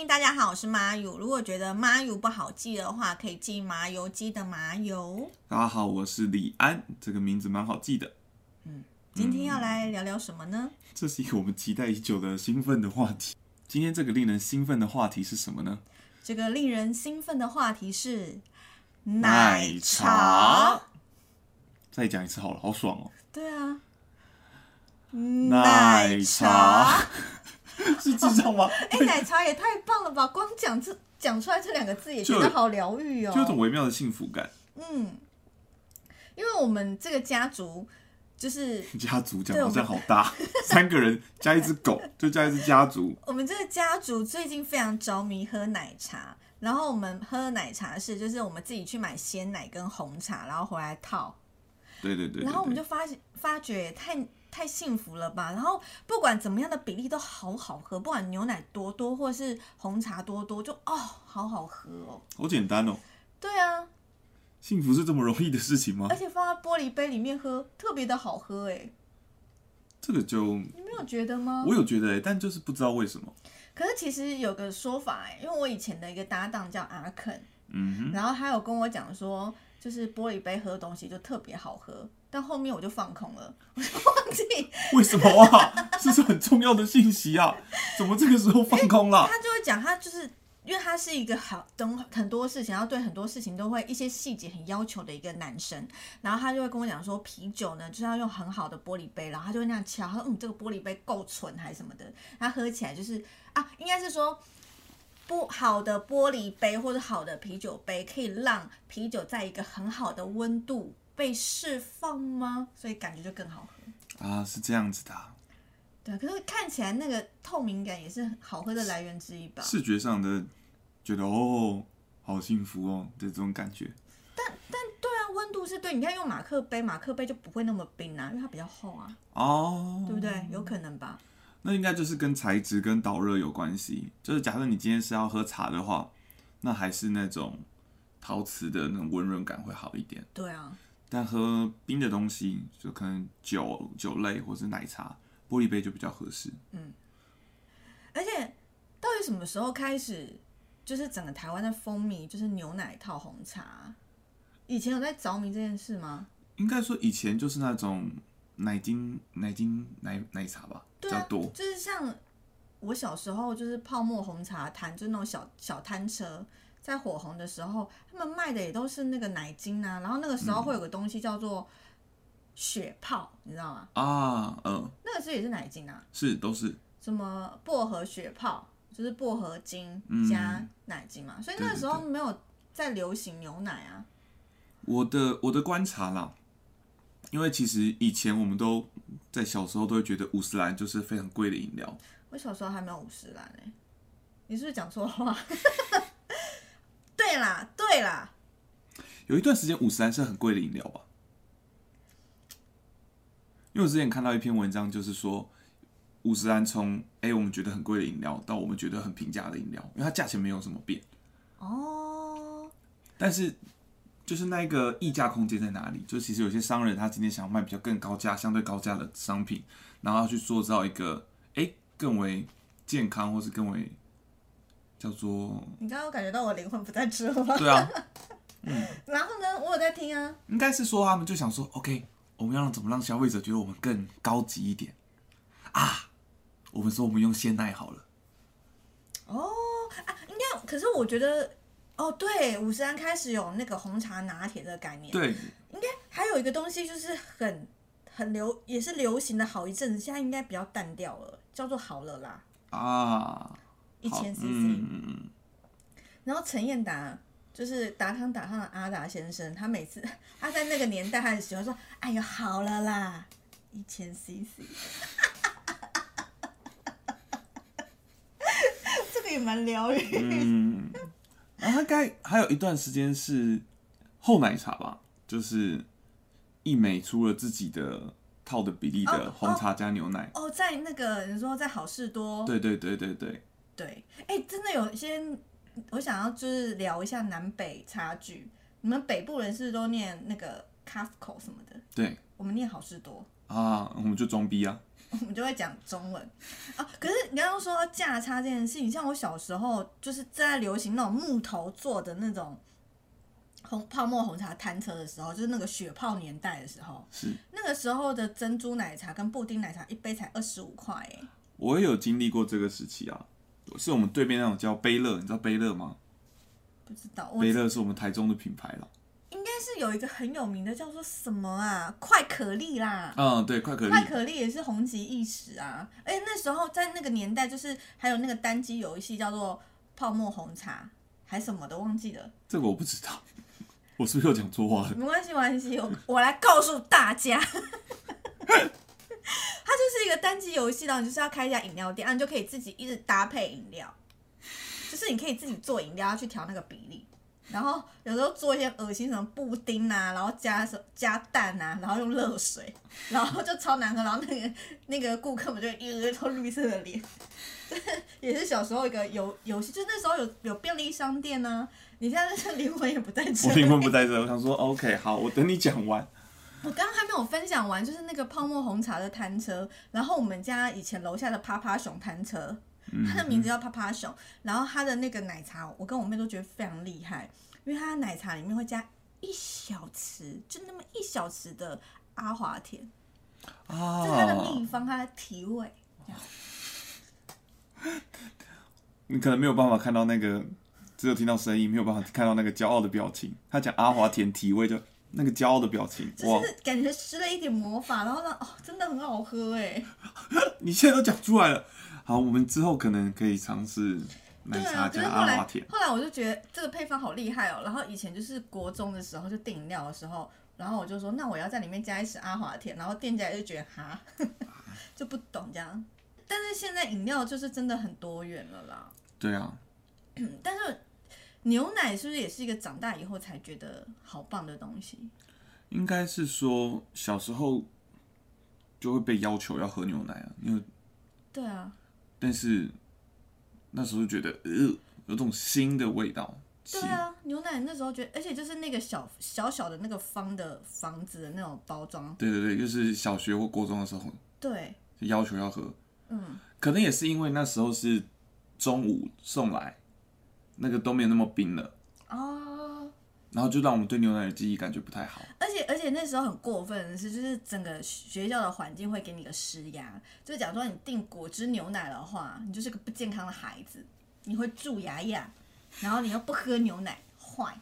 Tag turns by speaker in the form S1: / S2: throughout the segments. S1: 迎大家好，我是麻油。如果觉得麻油不好记的话，可以记麻油鸡的麻油。
S2: 大家好，我是李安，这个名字蛮好记的。
S1: 今天要来聊聊什么呢？
S2: 这是一个我们期待已久的兴奋的话题。今天这个令人兴奋的话题是什么呢？
S1: 这个令人兴奋的话题是
S2: 奶茶。再讲一次好了，好爽哦！
S1: 对啊，
S2: 奶
S1: 茶。
S2: 茶 是智障吗？
S1: 哎、奶茶也太棒了吧！光讲这讲出来这两个字，也
S2: 就
S1: 觉得好疗愈哦。
S2: 就有种微妙的幸福感。
S1: 嗯，因为我们这个家族就是
S2: 家族讲
S1: 对
S2: 好
S1: 我
S2: 像
S1: 们
S2: 好大，三个人加一只狗，就加一只家族。
S1: 我们这个家族最近非常着迷喝奶茶，然后我们喝奶茶是就是我们自己去买鲜奶跟红茶，然后回来泡，
S2: 对对对对
S1: 然后我们
S2: 对
S1: 就发发觉也太太幸福了吧！然后不管怎么样的比例都好好喝，不管牛奶多多或是红茶多多，就哦好好喝哦。
S2: 好简单哦。
S1: 对啊，
S2: 幸福是这么容易的事情吗
S1: 而？且放在玻璃杯里面喝，特别的好喝哎，
S2: 这个就
S1: 你没有觉得吗？
S2: 我有觉得、欸，但就是不知道为什么。
S1: 可是其实有个说法哎，因为我以前的一个搭档叫阿肯，
S2: 嗯哼，
S1: 然后他有跟我讲说，就是玻璃杯喝东西就特别好喝，但后面我就放空了，我就忘记，
S2: 为什么啊？这是很重要的信息啊！怎么这个时候放空了？
S1: 他就会讲他就是。因为他是一个好等很多事情，然后对很多事情都会一些细节很要求的一个男生，然后他就会跟我讲说，啤酒呢就是要用很好的玻璃杯，然后他就会那样敲，他说嗯这个玻璃杯够纯还是什么的，他喝起来就是啊，应该是说不好的玻璃杯或者好的啤酒杯可以让啤酒在一个很好的温度被释放吗？所以感觉就更好喝。
S2: 啊，是这样子的啊、
S1: 对，可是看起来那个透明感也是好喝的来源之一吧。
S2: 视觉上的觉得哦，好幸福哦的这种感觉。
S1: 对啊，温度是对，你看用马克杯，马克杯就不会那么冰啊，因为它比较厚啊，
S2: 哦，
S1: 对不对？有可能吧。
S2: 那应该就是跟材质跟导热有关系。就是假设你今天是要喝茶的话，那还是那种陶瓷的那种温润感会好一点。
S1: 对啊，
S2: 但喝冰的东西，就可能酒酒类或是奶茶，玻璃杯就比较合适。
S1: 而且到底什么时候开始，就是整个台湾在风靡就是牛奶套红茶？以前有在着迷这件事吗？
S2: 应该说以前就是那种奶精、奶精、奶奶茶吧，比
S1: 对
S2: 较
S1: 啊，
S2: 多。
S1: 就是像我小时候就是泡沫红茶摊，就是那种小小摊车。在火红的时候，他们卖的也都是那个奶精啊，然后那个时候会有个东西叫做雪泡，你知道吗？
S2: 啊，嗯、
S1: 那个时候也是奶精啊，
S2: 是都是
S1: 什么薄荷雪泡，就是薄荷精
S2: 嗯
S1: 加奶精嘛，所以那
S2: 对
S1: 个
S2: 对
S1: 时候没有在流行牛奶啊。
S2: 我的我的观察啦。因为其实以前我们都在小时候都会觉得五十兰就是非常贵的饮料，
S1: 我小时候还没有五十兰呢，你是不是讲错话？ 对啦，对啦，
S2: 有一段时间五十兰是很贵的饮料吧。因为我之前看到一篇文章，就是说五十兰从哎、我们觉得很贵的饮料到我们觉得很平价的饮料，因为它价钱没有什么变。
S1: 哦，
S2: 但是就是那一个溢价空间在哪里？就其实有些商人他今天想要卖比较更高价、相对高价的商品，然后要去塑造一个哎更为健康或是更为叫做
S1: 你刚刚有感觉到我灵魂不在这吗？
S2: 对啊，
S1: 然后呢，我有在听啊，
S2: 应该是说他们就想说 OK，我们要让怎么让消费者觉得我们更高级一点啊？我们说我们用鲜奶好了，
S1: 哦啊，应该，可是我觉得，哦，对，五十兰开始有那个红茶拿铁的概念，
S2: 对，
S1: 应该还有一个东西就是很很流，也是流行的好一阵子，现在应该比较淡掉了，叫做好了啦，
S2: 啊，
S1: 一
S2: 好，
S1: 千 CC。
S2: 嗯嗯嗯，
S1: 然后陈彦达就是达康达康的阿达先生，他每次他在那个年代他很喜欢说：“哎呦，好了啦，一千 CC。” 这个也蛮疗愈。
S2: 嗯，然后大概还有一段时间是厚奶茶吧，就是一美出了自己的套的比例的
S1: 哦
S2: 红茶加牛奶。
S1: 哦，在那个你说在好事多，
S2: 对对对对对，
S1: 对，哎，真的有一些我想要就是聊一下南北差距。你们北部人是不是都念那个 Costco 什么的？
S2: 对
S1: 我们念好事多。
S2: 啊，我们就装逼啊，
S1: 我们就会讲中文啊。可是你刚刚说到价差这件事情，像我小时候就是正在流行那种木头做的那种红泡沫红茶摊车的时候，就是那个雪泡年代的时候，
S2: 是
S1: 那个时候的珍珠奶茶跟布丁奶茶一杯才二十五块哎，
S2: 我也有经历过这个时期啊，是我们对面那种叫杯乐，你知道杯乐吗？
S1: 不知道我
S2: 杯乐是我们台中的品牌了。
S1: 应该是有一个很有名的叫做什么啊，快可丽啦。
S2: 嗯，对，快可丽
S1: 快可丽也是红极一时啊！而且那时候在那个年代，就是还有那个单机游戏叫做泡沫红茶，还什么的忘记了，
S2: 这个我不知道，我是不是又讲错话了？
S1: 没关系，没关系，我我来告诉大家， 它就是一个单机游戏，然后你就是要开一家饮料店，啊，你就可以自己一直搭配饮料，就是你可以自己做饮料，要去调那个比例。然后有时候做一些恶心什么布丁啊，然后加什加蛋啊，然后用热水，然后就超难喝。然后那个那个顾客们就一都绿色的脸， 这也是小时候一个游游戏，就那时候有有便利商店呢、啊。你现在这灵魂也不在这
S2: 我
S1: 里，
S2: 灵魂不在这，我想说 OK，好，我等你讲完。
S1: 我刚刚还没有分享完，就是那个泡沫红茶的摊车，然后我们家以前楼下的趴趴熊摊车，它的名字叫趴趴熊，然后它的那个奶茶，我跟我妹都觉得非常厉害，因为它的奶茶里面会加一小匙，就那么一小匙的阿华田，这是它的
S2: 啊，
S1: 秘方，它的提味。
S2: 你可能没有办法看到那个，只有听到声音，没有办法看到那个骄傲的表情。他讲阿华田体味就那个骄傲的表情，哇
S1: 就！是感觉施了一点魔法，然后呢，哦，真的很好喝哎。
S2: 你现在都讲出来了。好，我们之后可能可以尝试奶
S1: 对
S2: 茶
S1: 啊，可
S2: 加
S1: 是后
S2: 阿华
S1: 来
S2: 田。
S1: 后来我就觉得这个配方好厉害哦。然后以前就是国中的时候就订饮料的时候，然后我就说那我要在里面加一匙阿华田，然后店家就觉得哈， 就不懂这样。但是现在饮料就是真的很多元了啦。
S2: 对啊，
S1: 嗯但是牛奶是不是也是一个长大以后才觉得好棒的东西？
S2: 应该是说小时候就会被要求要喝牛奶啊，因为
S1: 对啊，
S2: 但是那时候就觉得呃有种新的味道，
S1: 对
S2: 新
S1: 啊，牛奶那时候觉得，而且就是那个小小小的那个方的房子的那种包装，
S2: 对对对，就是小学或高中的时候
S1: 对，
S2: 就要求要喝，
S1: 嗯，
S2: 可能也是因为那时候是中午送来，那个都没有那么冰了，
S1: 哦，
S2: 然后就让我们对牛奶的记忆感觉不太好。
S1: 而且而且那时候很过分的是，就是整个学校的环境会给你个施压，就是假如说你订果汁牛奶的话，你就是个不健康的孩子，你会蛀牙牙，然后你又不喝牛奶，坏。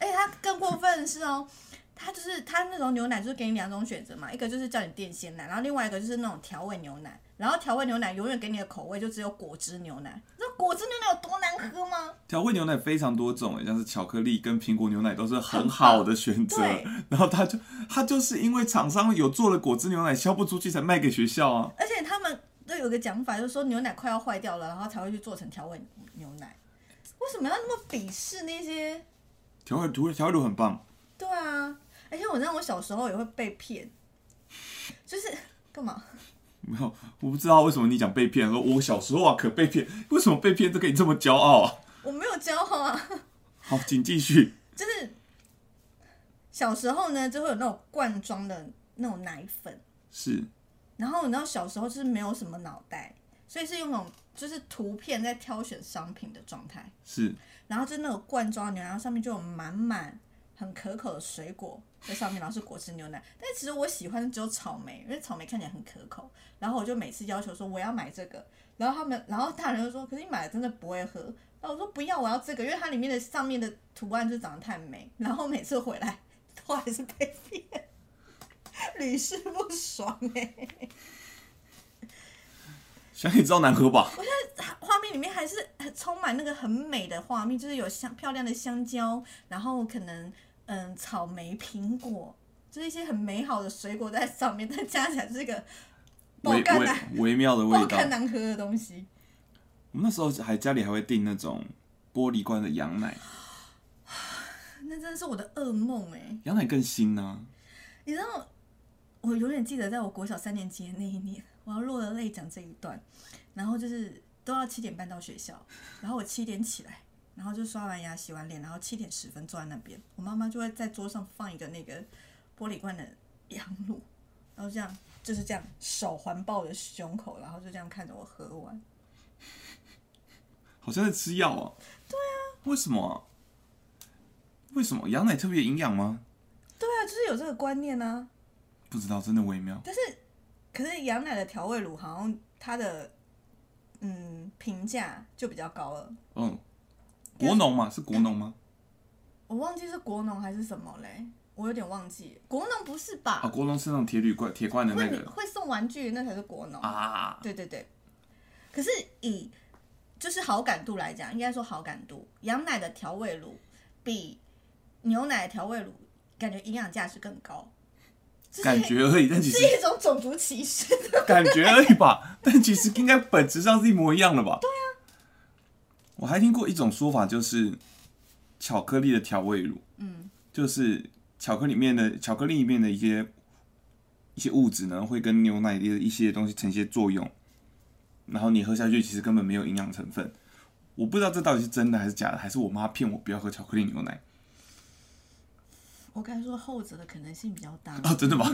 S1: 而且他更过分的是哦，他就是他那种牛奶就是给你两种选择嘛，一个就是叫你订鲜奶，然后另外一个就是那种调味牛奶，然后调味牛奶永远给你的口味就只有果汁牛奶，你知道果汁牛奶有多难喝吗？
S2: 调味牛奶非常多种，像是巧克力跟苹果牛奶都是很好的选择
S1: 对。
S2: 然后它就它就是因为厂商有做了果汁牛奶销不出去才卖给学校啊。
S1: 而且他们都有个讲法，就是说牛奶快要坏掉了，然后才会去做成调味牛奶。为什么要那么鄙视那些？
S2: 调味图调味乳很棒，
S1: 对啊，而且我让我小时候也会被骗，就是干嘛？
S2: 没有我不知道为什么你讲被骗，说我小时候啊可被骗， 为什么被骗这个你这么骄傲啊？
S1: 我没有骄傲啊，
S2: 好，请继续。
S1: 就是小时候呢，就会有那种罐装的那种奶粉，
S2: 是
S1: 然后你知道小时候就是没有什么脑袋，所以是用那种就是图片在挑选商品的状态。
S2: 是，
S1: 然后就那个罐装牛奶，然后上面就有满满很可口的水果在上面，然后是果汁牛奶。但其实我喜欢的只有草莓，因为草莓看起来很可口。然后我就每次要求说我要买这个，然后他们，然后大人就说，可是你买了真的不会喝。然后我说不要，我要这个，因为它里面的上面的图案就长得太美。然后每次回来 都还是被骗， 屡试不爽哎、
S2: 想也知道难喝吧？
S1: 画面里面还是很充满那个很美的画面，就是有香漂亮的香蕉，然后可能嗯草莓、苹果，就是一些很美好的水果在上面，但加起来就是一个爆
S2: 微
S1: 干
S2: 微
S1: 难
S2: 微妙的味
S1: 爆
S2: 道。
S1: 干难喝的东西。
S2: 我们那时候还家里还会订那种玻璃罐的羊奶，
S1: 那真的是我的噩梦哎、
S2: 羊奶更新啊。
S1: 你知道，我永远记得，在我国小三年级的那一年，我要落了泪讲这一段，然后就是都要七点半到学校，然后我七点起来，然后就刷完牙、洗完脸，然后七点十分坐在那边，我妈妈就会在桌上放一个那个玻璃罐的羊乳，然后这样就是这样手环抱着胸口，然后就这样看着我喝完。
S2: 好像在吃药啊。对啊。为什么啊、为什么羊奶特别营养吗？
S1: 对啊，就是有这个观念啊。
S2: 不知道，真的微妙。
S1: 但是，可是羊奶的调味乳好像它的嗯评价就比较高了。
S2: 嗯，国农嘛，是国农吗？
S1: 我忘记是国农还是什么嘞，我有点忘记。国农不是吧？
S2: 啊，国农是那种铁铝罐、铁罐的那
S1: 会你
S2: 个
S1: 会送玩具那才是国农。
S2: 啊。
S1: 对对对。可是以就是好感度来讲，应该说好感度，羊奶的调味乳比牛奶的调味乳感觉营养价值更高，这是
S2: 感觉而已，但其
S1: 是
S2: 实
S1: 一种种族歧视。
S2: 感觉而已吧， 但其实应该本质上是一模一样的吧？对啊。我还听过一种说法，就是巧克力的调味乳，
S1: 嗯，
S2: 就是巧克力里面的巧克力里面的一些一些物质呢，会跟牛奶的一些东西呈现作用，然后你喝下去其实根本没有营养成分。我不知道这到底是真的还是假的，还是我妈骗我不要喝巧克力牛奶
S1: 我刚才说后者的可能性比较 大。
S2: 啊？真 的吗？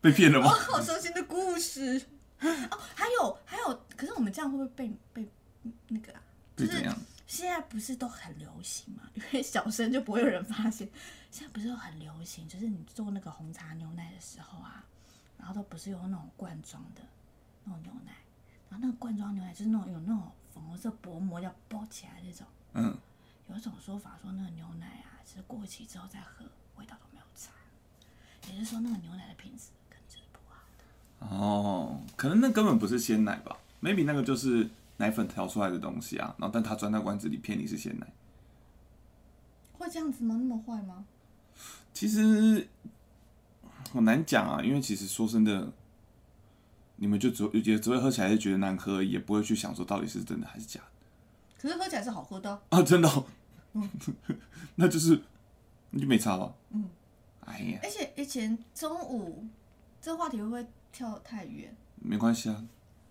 S2: 被骗了吗？
S1: 好伤心的故事哦，还有还有，可是我们这样会不会被被那个啊？
S2: 被
S1: 就
S2: 怎
S1: 是
S2: 样？
S1: 现在不是都很流行嘛， 因为小声就不会有人发现。现在不是都很流行，就是你做那个红茶牛奶的时候啊，然后都不是用那种罐装的那种牛奶，然后那个罐装牛奶就是那种有那种粉红色薄膜要包起来那种。
S2: 嗯，
S1: 有一种说法说，那个牛奶啊，其实过期之后再喝，味道都没有差，也就是说那个牛奶的品质可能就是不好。
S2: 哦，可能那根本不是鲜奶吧？maybe 那个就是奶粉调出来的东西啊，然后但它装在罐子里骗你是鲜奶。
S1: 会这样子吗？那么坏吗？
S2: 其实好难讲啊，因为其实说真的，你们就只会也只会喝起来就觉得难喝而已，也不会去想说到底是真的还是假的
S1: 可是喝起来是好喝的啊、
S2: 啊， 真的、哦，那就是你就没差吧？嗯，哎呀，
S1: 而且以前中午这个话题会不会跳太远？
S2: 没关系啊，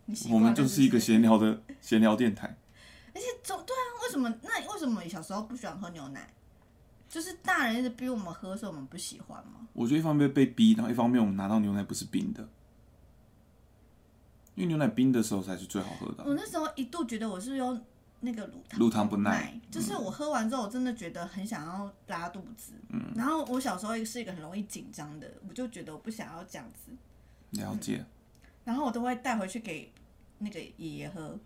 S1: 你习
S2: 我
S1: 惯
S2: 们
S1: 了
S2: 就是是一
S1: 不
S2: 个
S1: 是
S2: 闲聊的闲聊电台。
S1: 而且中对啊，为什么？那你为什么你小时候不喜欢喝牛奶？就是大人一直逼我们喝，所以我们不喜欢吗？
S2: 我觉得一方面被逼，然后一方面我们拿到牛奶不是冰的，因为牛奶冰的时候才是最好喝的啊、
S1: 我那时候一度觉得我是不是有那个乳糖
S2: 乳糖不耐嗯
S1: 就是我喝完之后，我真的觉得很想要拉肚子。嗯，然后我小时候是一个很容易紧张的，我就觉得我不想要这样子，
S2: 了解，
S1: 然后我都会带回去给那个爷爷喝，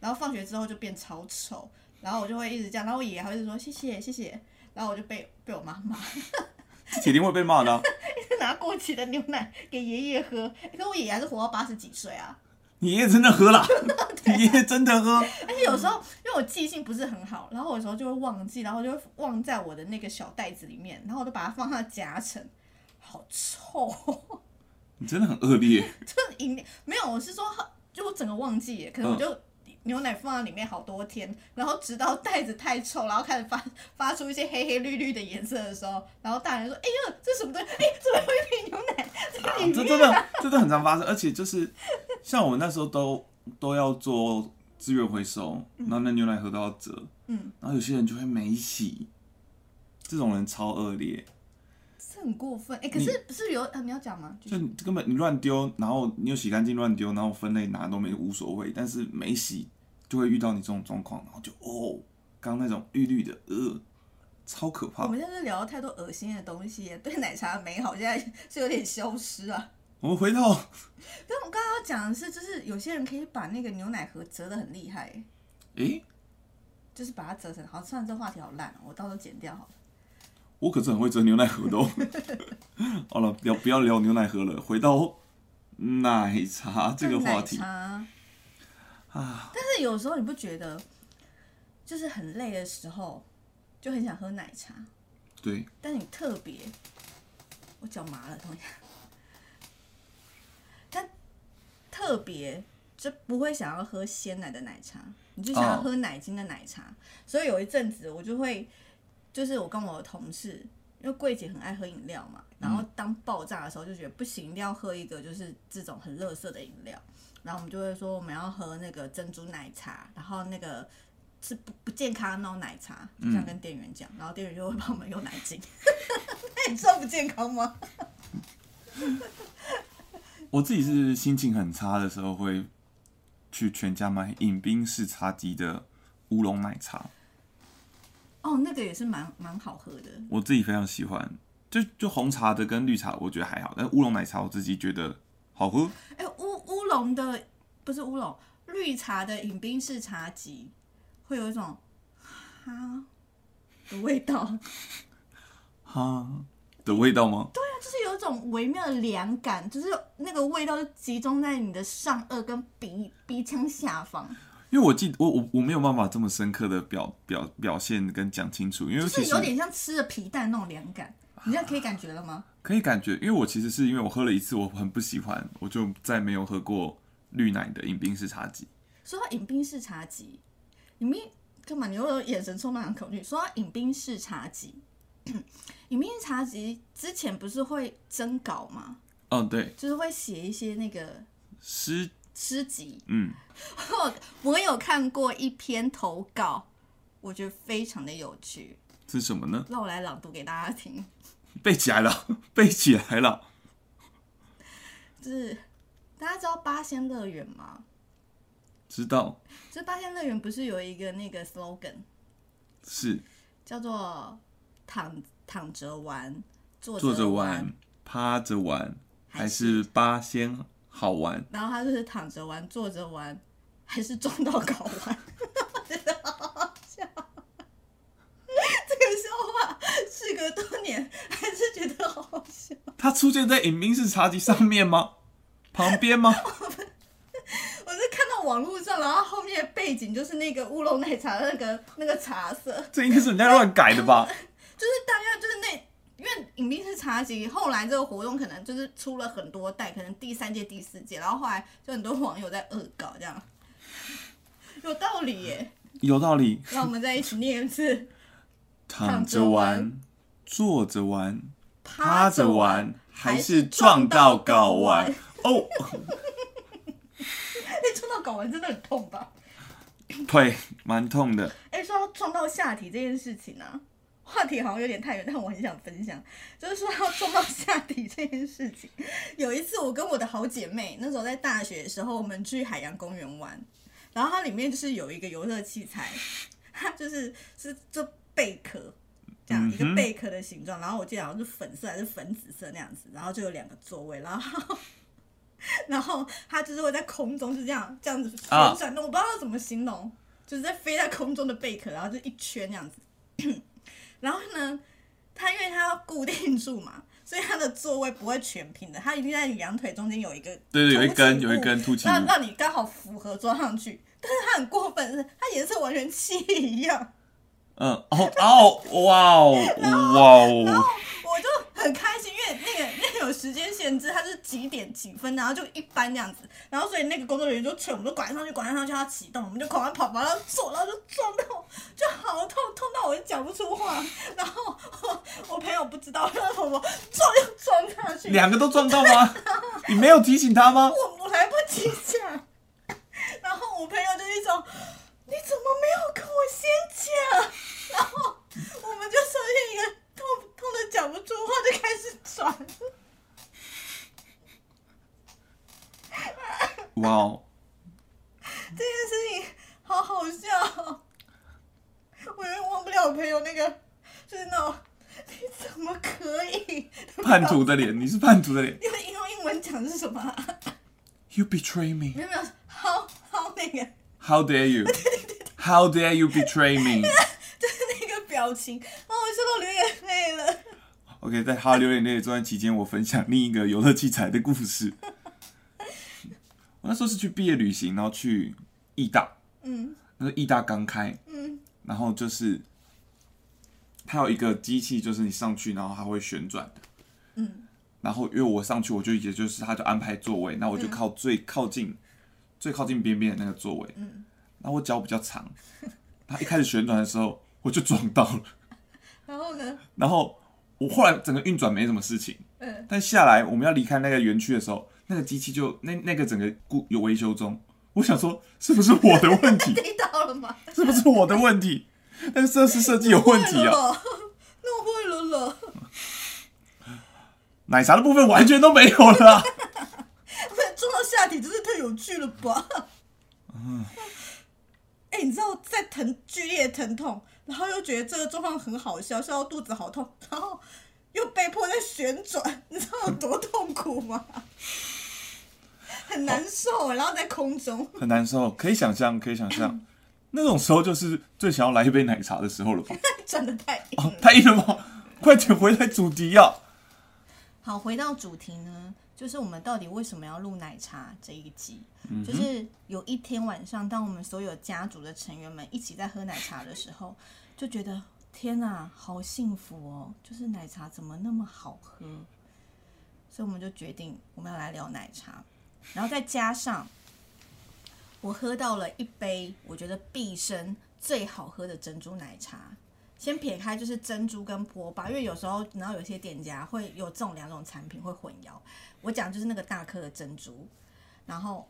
S1: 然后放学之后就变超丑，然后我就会一直这样，然后我爷爷还会一直说谢谢谢谢，然后我就被被我妈妈
S2: 这铁定会被骂的啊、
S1: 拿过期的牛奶给爷爷喝，哎可我爷爷还是活到八十几岁啊，
S2: 你爷爷真的喝啦，你爷爷真的喝，
S1: 而且有时
S2: 嗯
S1: 候因为我记性不是很好，然后我有时候就会忘记，然后就会忘在我的那个小袋子里面，然后我就把它放到夹层，好臭，
S2: 你真的很恶劣。
S1: 这饮料没有，我是说喝，就我整个忘记耶，可能我
S2: 嗯
S1: 就。牛奶放在里面好多天，然后直到袋子太臭，然后开始发 发出一些黑黑绿绿的颜色的时候，然后大人就说：“哎呦，这什么东西？哎，怎么有一瓶牛奶在
S2: 啊
S1: 里面？”
S2: 这真的这真的很常发生，而且就是像我们那时候都都要做资源回收，然后那牛奶盒都要折，
S1: 嗯，
S2: 然后有些人就会没洗，这种人超恶劣，
S1: 这很过分哎、可是不是有啊？你要讲吗？
S2: 就你根本你乱丢，然后你有洗干净乱丢，然后分类拿都没无所谓，但是没洗就会遇到你这种状况，然后就哦，刚刚那种绿绿的，呃，超可怕
S1: 我。们现在聊了太多恶心的东西，对奶茶的美好现在 是有点消失啊。
S2: 我们回到
S1: 但我刚刚要讲的是，就是有些人可以把那个牛奶盒折得很厉害，
S2: 诶、
S1: 就是把它折成。好，算了，这话题好烂哦，我到时候剪掉好了。
S2: 我可是很会折牛奶盒的哦。 好了，不要不要聊牛奶盒了，回到奶茶这个话题
S1: 但奶茶
S2: 啊，
S1: 但是有时候你不觉得，就是很累的时候，就很想喝奶茶，
S2: 对，
S1: 但你特别，我脚麻了，同学。但特别就不会想要喝鲜奶的奶茶，你就想要
S2: 哦
S1: 喝奶精的奶茶。所以有一阵子我就会，就是我跟我的同事，因为柜姐很爱喝饮料嘛，然后当爆炸的时候就觉得不行，一定要喝一个就是这种很垃圾的饮料。然后我们就会说我们要喝那个珍珠奶茶，然后那个是不不健康的那种奶茶，就这样跟店员讲，然后店员就会帮我们用奶精。那你知道不健康吗？
S2: 我自己是心情很差的时候会去全家买饮冰式茶几的乌龙奶茶，
S1: 哦，那个也是蛮蛮好喝的。
S2: 我自己非常喜欢。就就红茶的跟绿茶，我觉得还好，但乌龙奶茶我自己觉得好喝。
S1: 哎、乌乌龙的不是乌龙，绿茶的饮冰式茶几会有一种哈的味道，
S2: 哈的味道吗？
S1: 就是有一种微妙的凉感，就是那个味道就集中在你的上颚跟鼻鼻腔下方，
S2: 因为我记我我我没有办法这么深刻的表表表现跟讲清楚，因为
S1: 就
S2: 其
S1: 是
S2: 实
S1: 有点像吃了皮蛋那种凉感。你这样可以感觉了吗？
S2: 可以感觉，因为我其实是因为我喝了一次，我很不喜欢，我就再没有喝过绿奶的饮冰式茶几。
S1: 说到饮冰式茶几，你们干嘛？你又有眼神充满了恐惧。说到饮冰式茶几， 饮冰式茶几之前不是会征稿吗？
S2: 嗯，对，
S1: 就是会写一些那个
S2: 诗，
S1: 诗集。
S2: 嗯，
S1: 我我有看过一篇投稿，我觉得非常的有趣，
S2: 是什么呢？
S1: 让我来朗读给大家听。
S2: 背起来了， 背起来了。
S1: 就是大家知道八仙乐园吗？
S2: 知道
S1: 就是八仙乐园不是有一个那个 slogan
S2: 是
S1: 叫做躺躺着玩，坐
S2: 坐着
S1: 玩
S2: 玩，，趴着玩，还
S1: 还
S2: 是八仙好玩？
S1: 然后他就是躺着玩、坐着玩，还是撞到睾丸，真的好好笑。这个笑话事隔多年，还是觉得好好笑。
S2: 它出现在饮冰式茶几上面吗？旁 边吗？
S1: 我是看到网络上，然后后面的背景就是那个乌龙奶茶的那个那个茶色，
S2: 这应该是人家乱改的 吧？
S1: 就是大家就是那。因为饮冰式茶几，后来这个活动可能就是出了很多代，可能第三届、第四届，然后后来就很多网友在恶搞这样， 有道理耶。
S2: 有道理。
S1: 让我们再一起念一次。
S2: 躺
S1: 躺
S2: 着
S1: 着
S2: 玩
S1: 玩，
S2: 坐着玩，趴
S1: 趴
S2: 着
S1: 着玩
S2: 玩，，还
S1: 还
S2: 是
S1: 是撞
S2: 撞到
S1: 到
S2: 睾
S1: 睾
S2: 丸
S1: 丸？
S2: 哦，
S1: 哎，撞到睾丸真的很痛吧？
S2: 对，蛮痛的。
S1: 哎，说到撞到下体这件事情啊，话题好像有点太远，但我很想分享，就是说到撞到下体这件事情。 有一次，我跟我的好姐妹，那时候在大学的时候，我们去海洋公园玩，然后它里面就是有一个游乐器材，它就是是这贝壳。这样一
S2: 嗯
S1: 个
S2: 哼
S1: 贝壳的形状，然后我记得好像是粉色还是粉紫色那样子，然后就有两个座位，然后 然后它就是会在空中就这样这样子旋
S2: 啊
S1: 转的，我不知道怎么形容，就是在飞在空中的贝壳，然后就一圈这样子。 然后呢，它因为它要固定住嘛， 所以它的座位不会全平的，它一定在你两腿中间有一个
S2: 对对，有一根
S1: 凸起
S2: 有
S1: 物
S2: 一根凸起物
S1: 让，让你刚好符合坐上去。但是它很过分的是，它颜色完全漆一样，
S2: 嗯，哦哦，哇哦哇
S1: 然
S2: 哦，
S1: 后我就很开心，因为那个那个有时间限制，它是几点几分，然后就一般这样子，然后所以那个工作人员就催我们就赶快上去，赶快上去要启动，我们就狂快跑跑，然后坐，然后就撞到，就好痛，痛到我就讲不出话。然后我我朋友不知道，然后我撞就撞上去，
S2: 两个都撞 到吗？你没有提醒他吗？
S1: 我我来不及讲。然后我朋友就一种，你怎么没有跟我先讲？然后我们就出现一个痛痛的讲不出话，就开始转。
S2: 哇哦，
S1: 这件事情好好笑哦，我永远忘不了我朋友那个，就是那种你怎么可以？
S2: 叛徒的脸，你是叛徒的脸
S1: 因为因为英文讲的是什么啊、
S2: ，You betray me.
S1: 没有没有，how how 那个
S2: How dare you? How dare you betray me?
S1: 就是那个表情，哦，我笑到流眼泪了。
S2: OK，在哈流眼泪的这段期间，我分享另一个游乐器材的故事。 我那时候是去毕业旅行，然后去义大，
S1: 嗯
S2: 那时候义大刚开，
S1: 嗯
S2: 然后就是它有一个机器，就是你上去，然后它会旋转的。
S1: 嗯。
S2: 然后因为我上去，我就也就是他就安排座位，那我
S1: 嗯
S2: 就靠最靠近、最靠近边边的那个座位。
S1: 嗯。
S2: 那我脚比较长，它一开始旋转的时候，我就撞到了。
S1: 然后呢？
S2: 然后我后来整个运转没什么事情，
S1: 嗯，
S2: 但下来我们要离开那个园区的时候，那个机器就那那个整个故有维修中。我想说，是不是我的问 题？
S1: 听到了吗？
S2: 是不是我的问题？但是设施设计有问题
S1: 会
S2: 啊！
S1: 了咯，弄会了咯。
S2: 奶茶的部分完全都没有了啊、
S1: 下体真是太有趣了吧！哎、你知道在疼剧烈疼痛，然后又觉得这个状况很好笑，笑到肚子好痛，然后又被迫在旋转， 你知道有多痛苦吗？ 很难受，然后在空中，
S2: 很难受，可以想象，可以想象，那种时候就是最想要来一杯奶茶的时候了吧？
S1: 转的太硬
S2: 哦
S1: 了，。
S2: 太硬了吗？快点回来主题啊！
S1: 好，回到主题呢，就是我们到底为什么要录奶茶这一集？就是有一天晚上，当我们所有家族的成员们一起在喝奶茶的时候，就觉得天哪、好幸福哦！就是奶茶怎么那么好喝？所以我们就决定我们要来聊奶茶，然后再加上我喝到了一杯我觉得毕生最好喝的珍珠奶茶，先撇开就是珍珠跟波霸，因为有时候然后有些店家会有这种两种产品会混淆。我讲就是那个大颗的珍珠，然后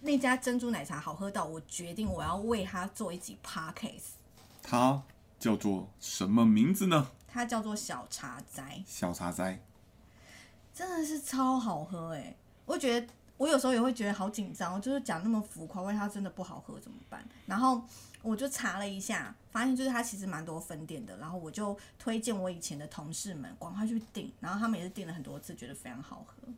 S1: 那家珍珠奶茶好喝到我决定我要为它做一集 podcast，
S2: 它叫做什么名字呢？
S1: 它叫做小茶斋，
S2: 小茶斋。
S1: 真的是超好喝哎、我觉得我有时候也会觉得好紧张，就是讲那么浮夸，万一它真的不好喝怎么办？然后我就查了一下，发现就是它其实蛮多分店的，然后我就推荐我以前的同事们赶快去订，然后他们也是订了很多次，觉得非常好喝。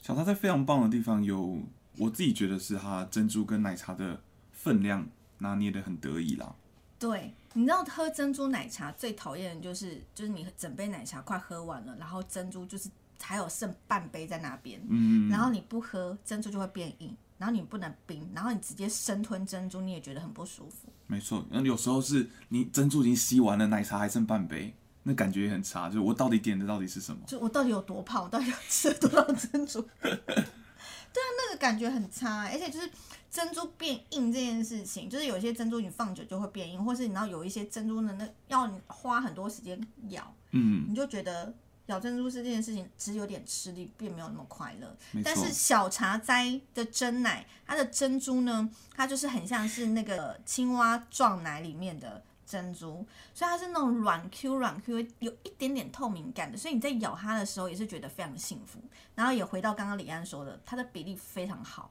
S2: 小茶斋非常棒的地方有，我自己觉得是它珍珠跟奶茶的分量拿捏的很得意啦。
S1: 对，你知道喝珍珠奶茶最讨厌的就是，就是你整杯奶茶快喝完了，然后珍珠就是还有剩半杯在那边，
S2: 嗯，
S1: 然后你不喝，珍珠就会变硬，然后你不能冰，然后你直接生吞珍珠，你也觉得很不舒服。
S2: 没错。那有时候是你珍珠已经吸完了，奶茶还剩半杯，那感觉也很差。就是我到底点的到底是什么？
S1: 就我到底有多胖，我到底要吃了多少珍珠？ 对啊，那个感觉很差，欸而且就是珍珠变硬这件事情，就是有些珍珠你放久就会变硬，或是你要有一些珍珠呢，那要你花很多时间咬，
S2: 嗯，
S1: 你就觉得咬珍珠是这件事情其实有点吃力，并没有那么快乐。
S2: 没
S1: 但
S2: 错
S1: 是。小茶斋的真奶，它的珍珠呢，它就是很像是那个青蛙撞奶里面的珍珠，所以它是那种软 Q 软 Q，有一点点透明感的，所以你在咬它的时候也是觉得非常幸福。然后也回到刚刚李安说的，它的比例非常好。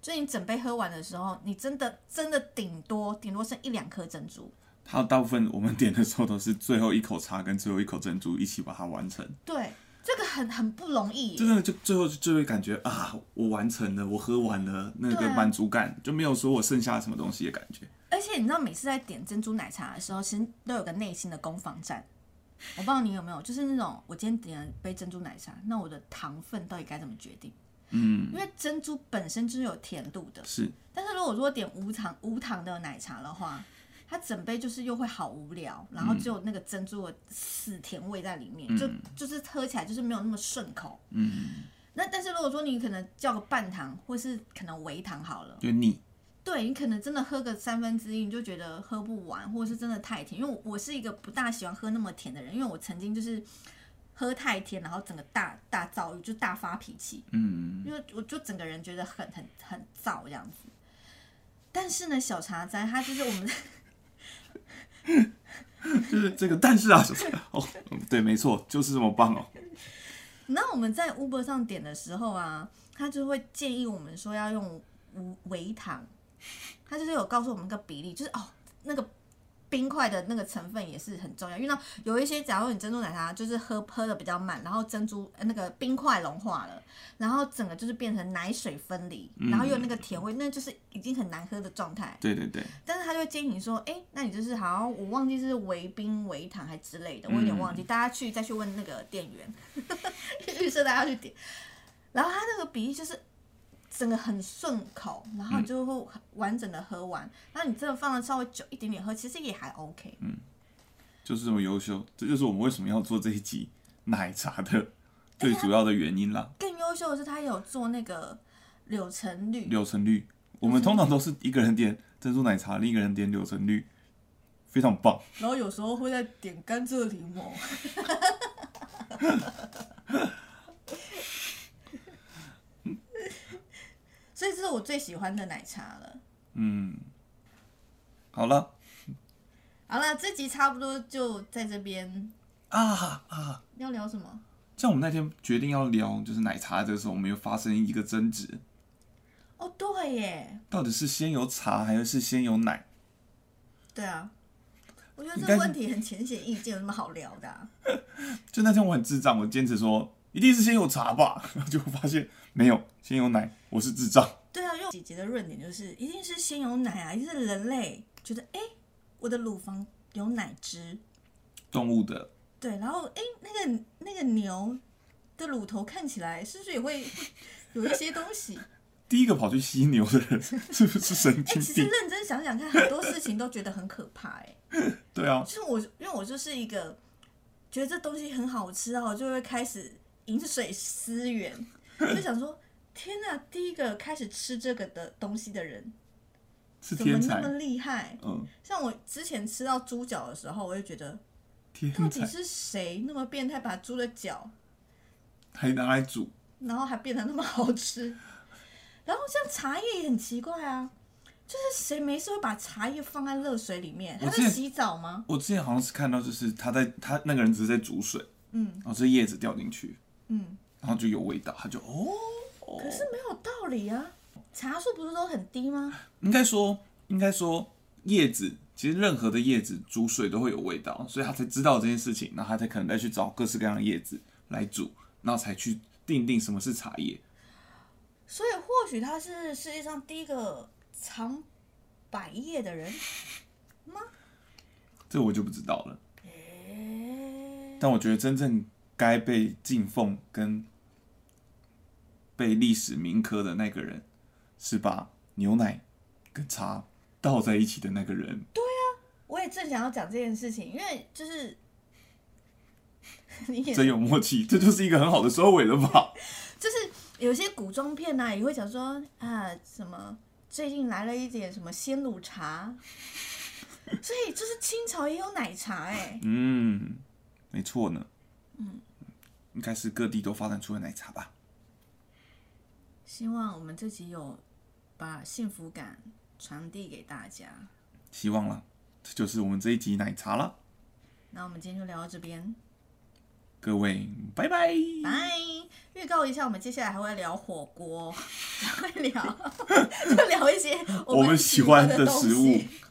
S1: 就是你整杯喝完的时候，你真的真的顶多顶多剩一两颗珍珠，
S2: 它大部分我们点的时候都是最后一口茶跟最后一口珍珠一起把它完成，
S1: 对，这个很很不容易耶。
S2: 真的就最后就就会感觉啊，我完成了，我喝完了，那
S1: 对
S2: 个
S1: 啊
S2: 满足感就没有说我剩下什么东西的感觉。
S1: 而且你知道，每次在点珍珠奶茶的时候，其实都有个内心的攻防战。我不知道你有没有，就是那种我今天点了一杯珍珠奶茶，那我的糖分到底该怎么决定？
S2: 嗯，
S1: 因为珍珠本身就是有甜度的，
S2: 是
S1: 但是如果说点无糖无糖的奶茶的话，它整杯就是又会好无聊，然后只有那个珍珠的死甜味在里面，就就是喝起来就是没有那么顺口。嗯，那但是如果说你可能叫个半糖，或是可能微糖好了。
S2: 就腻，
S1: 对你可能真的喝个三分之一，你就觉得喝不完，或者是真的太甜。因为我我是一个不大喜欢喝那么甜的人，因为我曾经就是喝太甜，然后整个大大躁郁，就大发脾气，
S2: 嗯，
S1: 因为我就整个人觉得很很很燥这样子。但是呢，小茶斋它就是我们的
S2: 就是这个，但是啊，小菜哦，嗯对，没错，就是这么棒哦。
S1: 你知道我们在 Uber 上点的时候啊，他就会建议我们说要用无微糖，他就是有告诉我们那个比例，就是哦那个冰块的那个成分也是很重要，因为呢有一些，假如你珍珠奶茶就是喝喝的比较慢，然后珍珠呃那个冰块融化了，然后整个就是变成奶水分离，然后又有那个甜味，那就是已经很难喝的状态。
S2: 对对对，
S1: 但是他就会建议你说，哎、那你就是好像我忘记是维冰、维糖还之类的，我有点忘记，大家去再去问那个店员， 预设大家去点。然后它那个比例就是整个很顺口，然后你就会很完整的喝完。然后你真的放的稍微久一点点喝，其实也还 OK。
S2: 就是这么优秀，这就是我们为什么要做这一集奶茶的最主要的原因啦。
S1: 更优秀的是，它有做那个柳橙绿，
S2: 柳橙绿，我们通常都是一个人点珍珠奶茶，另一个人点柳橙绿，非常棒。
S1: 然后有时候会再点甘蔗柠檬。所以这是我最喜欢的奶茶了。
S2: 嗯，好了
S1: 好了，这集差不多就在这边。
S2: 啊啊，
S1: 要聊什么？
S2: 像我们那天决定要聊就是奶茶的时候，我们有发生一个争执，
S1: 哦，对耶，
S2: 到底是先有茶还是先有奶？
S1: 对啊，我觉得
S2: 应
S1: 这
S2: 该
S1: 个
S2: 是
S1: 问题很浅显易见，有什么好聊的啊、
S2: 就那天我很智障，我坚持说一定是先有茶吧， 然后就发现没有，先有奶，我是智障。
S1: 对啊，因为姐姐的论点就是，一定是先有奶啊，一定是人类觉得，哎，我的乳房有奶汁，
S2: 动物的
S1: 对，然后哎，那个那个牛的乳头看起来是不是也 会有一些东西？
S2: 第一个跑去犀牛的人 是不是神
S1: 哎，
S2: 经
S1: 其实
S2: 病？
S1: 认真想想看，很多事情都觉得很可怕哎、
S2: 对啊，
S1: 就是我，因为我就是一个觉得这东西很好吃啊，我就会开始饮水思源，就想说，天哪，第一个开始吃这个的东西的人
S2: 是
S1: 怎么
S2: 天
S1: 那
S2: 才
S1: 么，厉害？
S2: 嗯，
S1: 像我之前吃到猪脚的时候，我就觉得
S2: 天
S1: 到底
S2: 才
S1: 是谁那么变态，把猪的脚
S2: 还拿来煮，
S1: 然后还变得那么好吃。 然后像茶叶也很奇怪啊，就是谁没事会把茶叶放在热水里面？
S2: 我
S1: 他
S2: 之
S1: 在
S2: 前
S1: 洗澡吗？
S2: 我之前好像是看到，就是他在他那个人只是在煮水，
S1: 嗯
S2: 然后这叶子掉进去，
S1: 嗯，
S2: 然后就有味道，他就哦，
S1: 可是没有道理啊。茶树不是都很低吗？
S2: 应该说应该说叶子，其实任何的叶子煮水都会有味道，所以他才知道这件事情，然后他才可能再去找各式各样的叶子来煮，然后才去定定什么是茶叶。
S1: 所以或许他是世界上第一个尝百叶的人。
S2: 这我就不知道了，
S1: 诶
S2: 但我觉得真正该被敬奉跟被历史铭刻的那个人，是把牛奶跟茶倒在一起的那个人。
S1: 我也正想要讲这件事情，因为就是 你也
S2: 真有默契，这就是一个很好的收尾了吧？
S1: 就是有些古装片呐、也会讲说啊，什么最近来了一点什么鲜乳茶，所以就是清朝也有奶茶哎、
S2: 嗯，没错呢。嗯应该是各地都发展出了奶茶吧？
S1: 希望我们这集有把幸福感传递给大家。
S2: 希望啦，这就是我们这一集奶茶啦。
S1: 那我们今天就聊到这边，
S2: 各位，拜拜。
S1: 拜！预告一下，我们接下来还会聊火锅，还会聊，就聊一些
S2: 我们喜欢
S1: 的
S2: 的
S1: 东
S2: 食
S1: 西
S2: 物。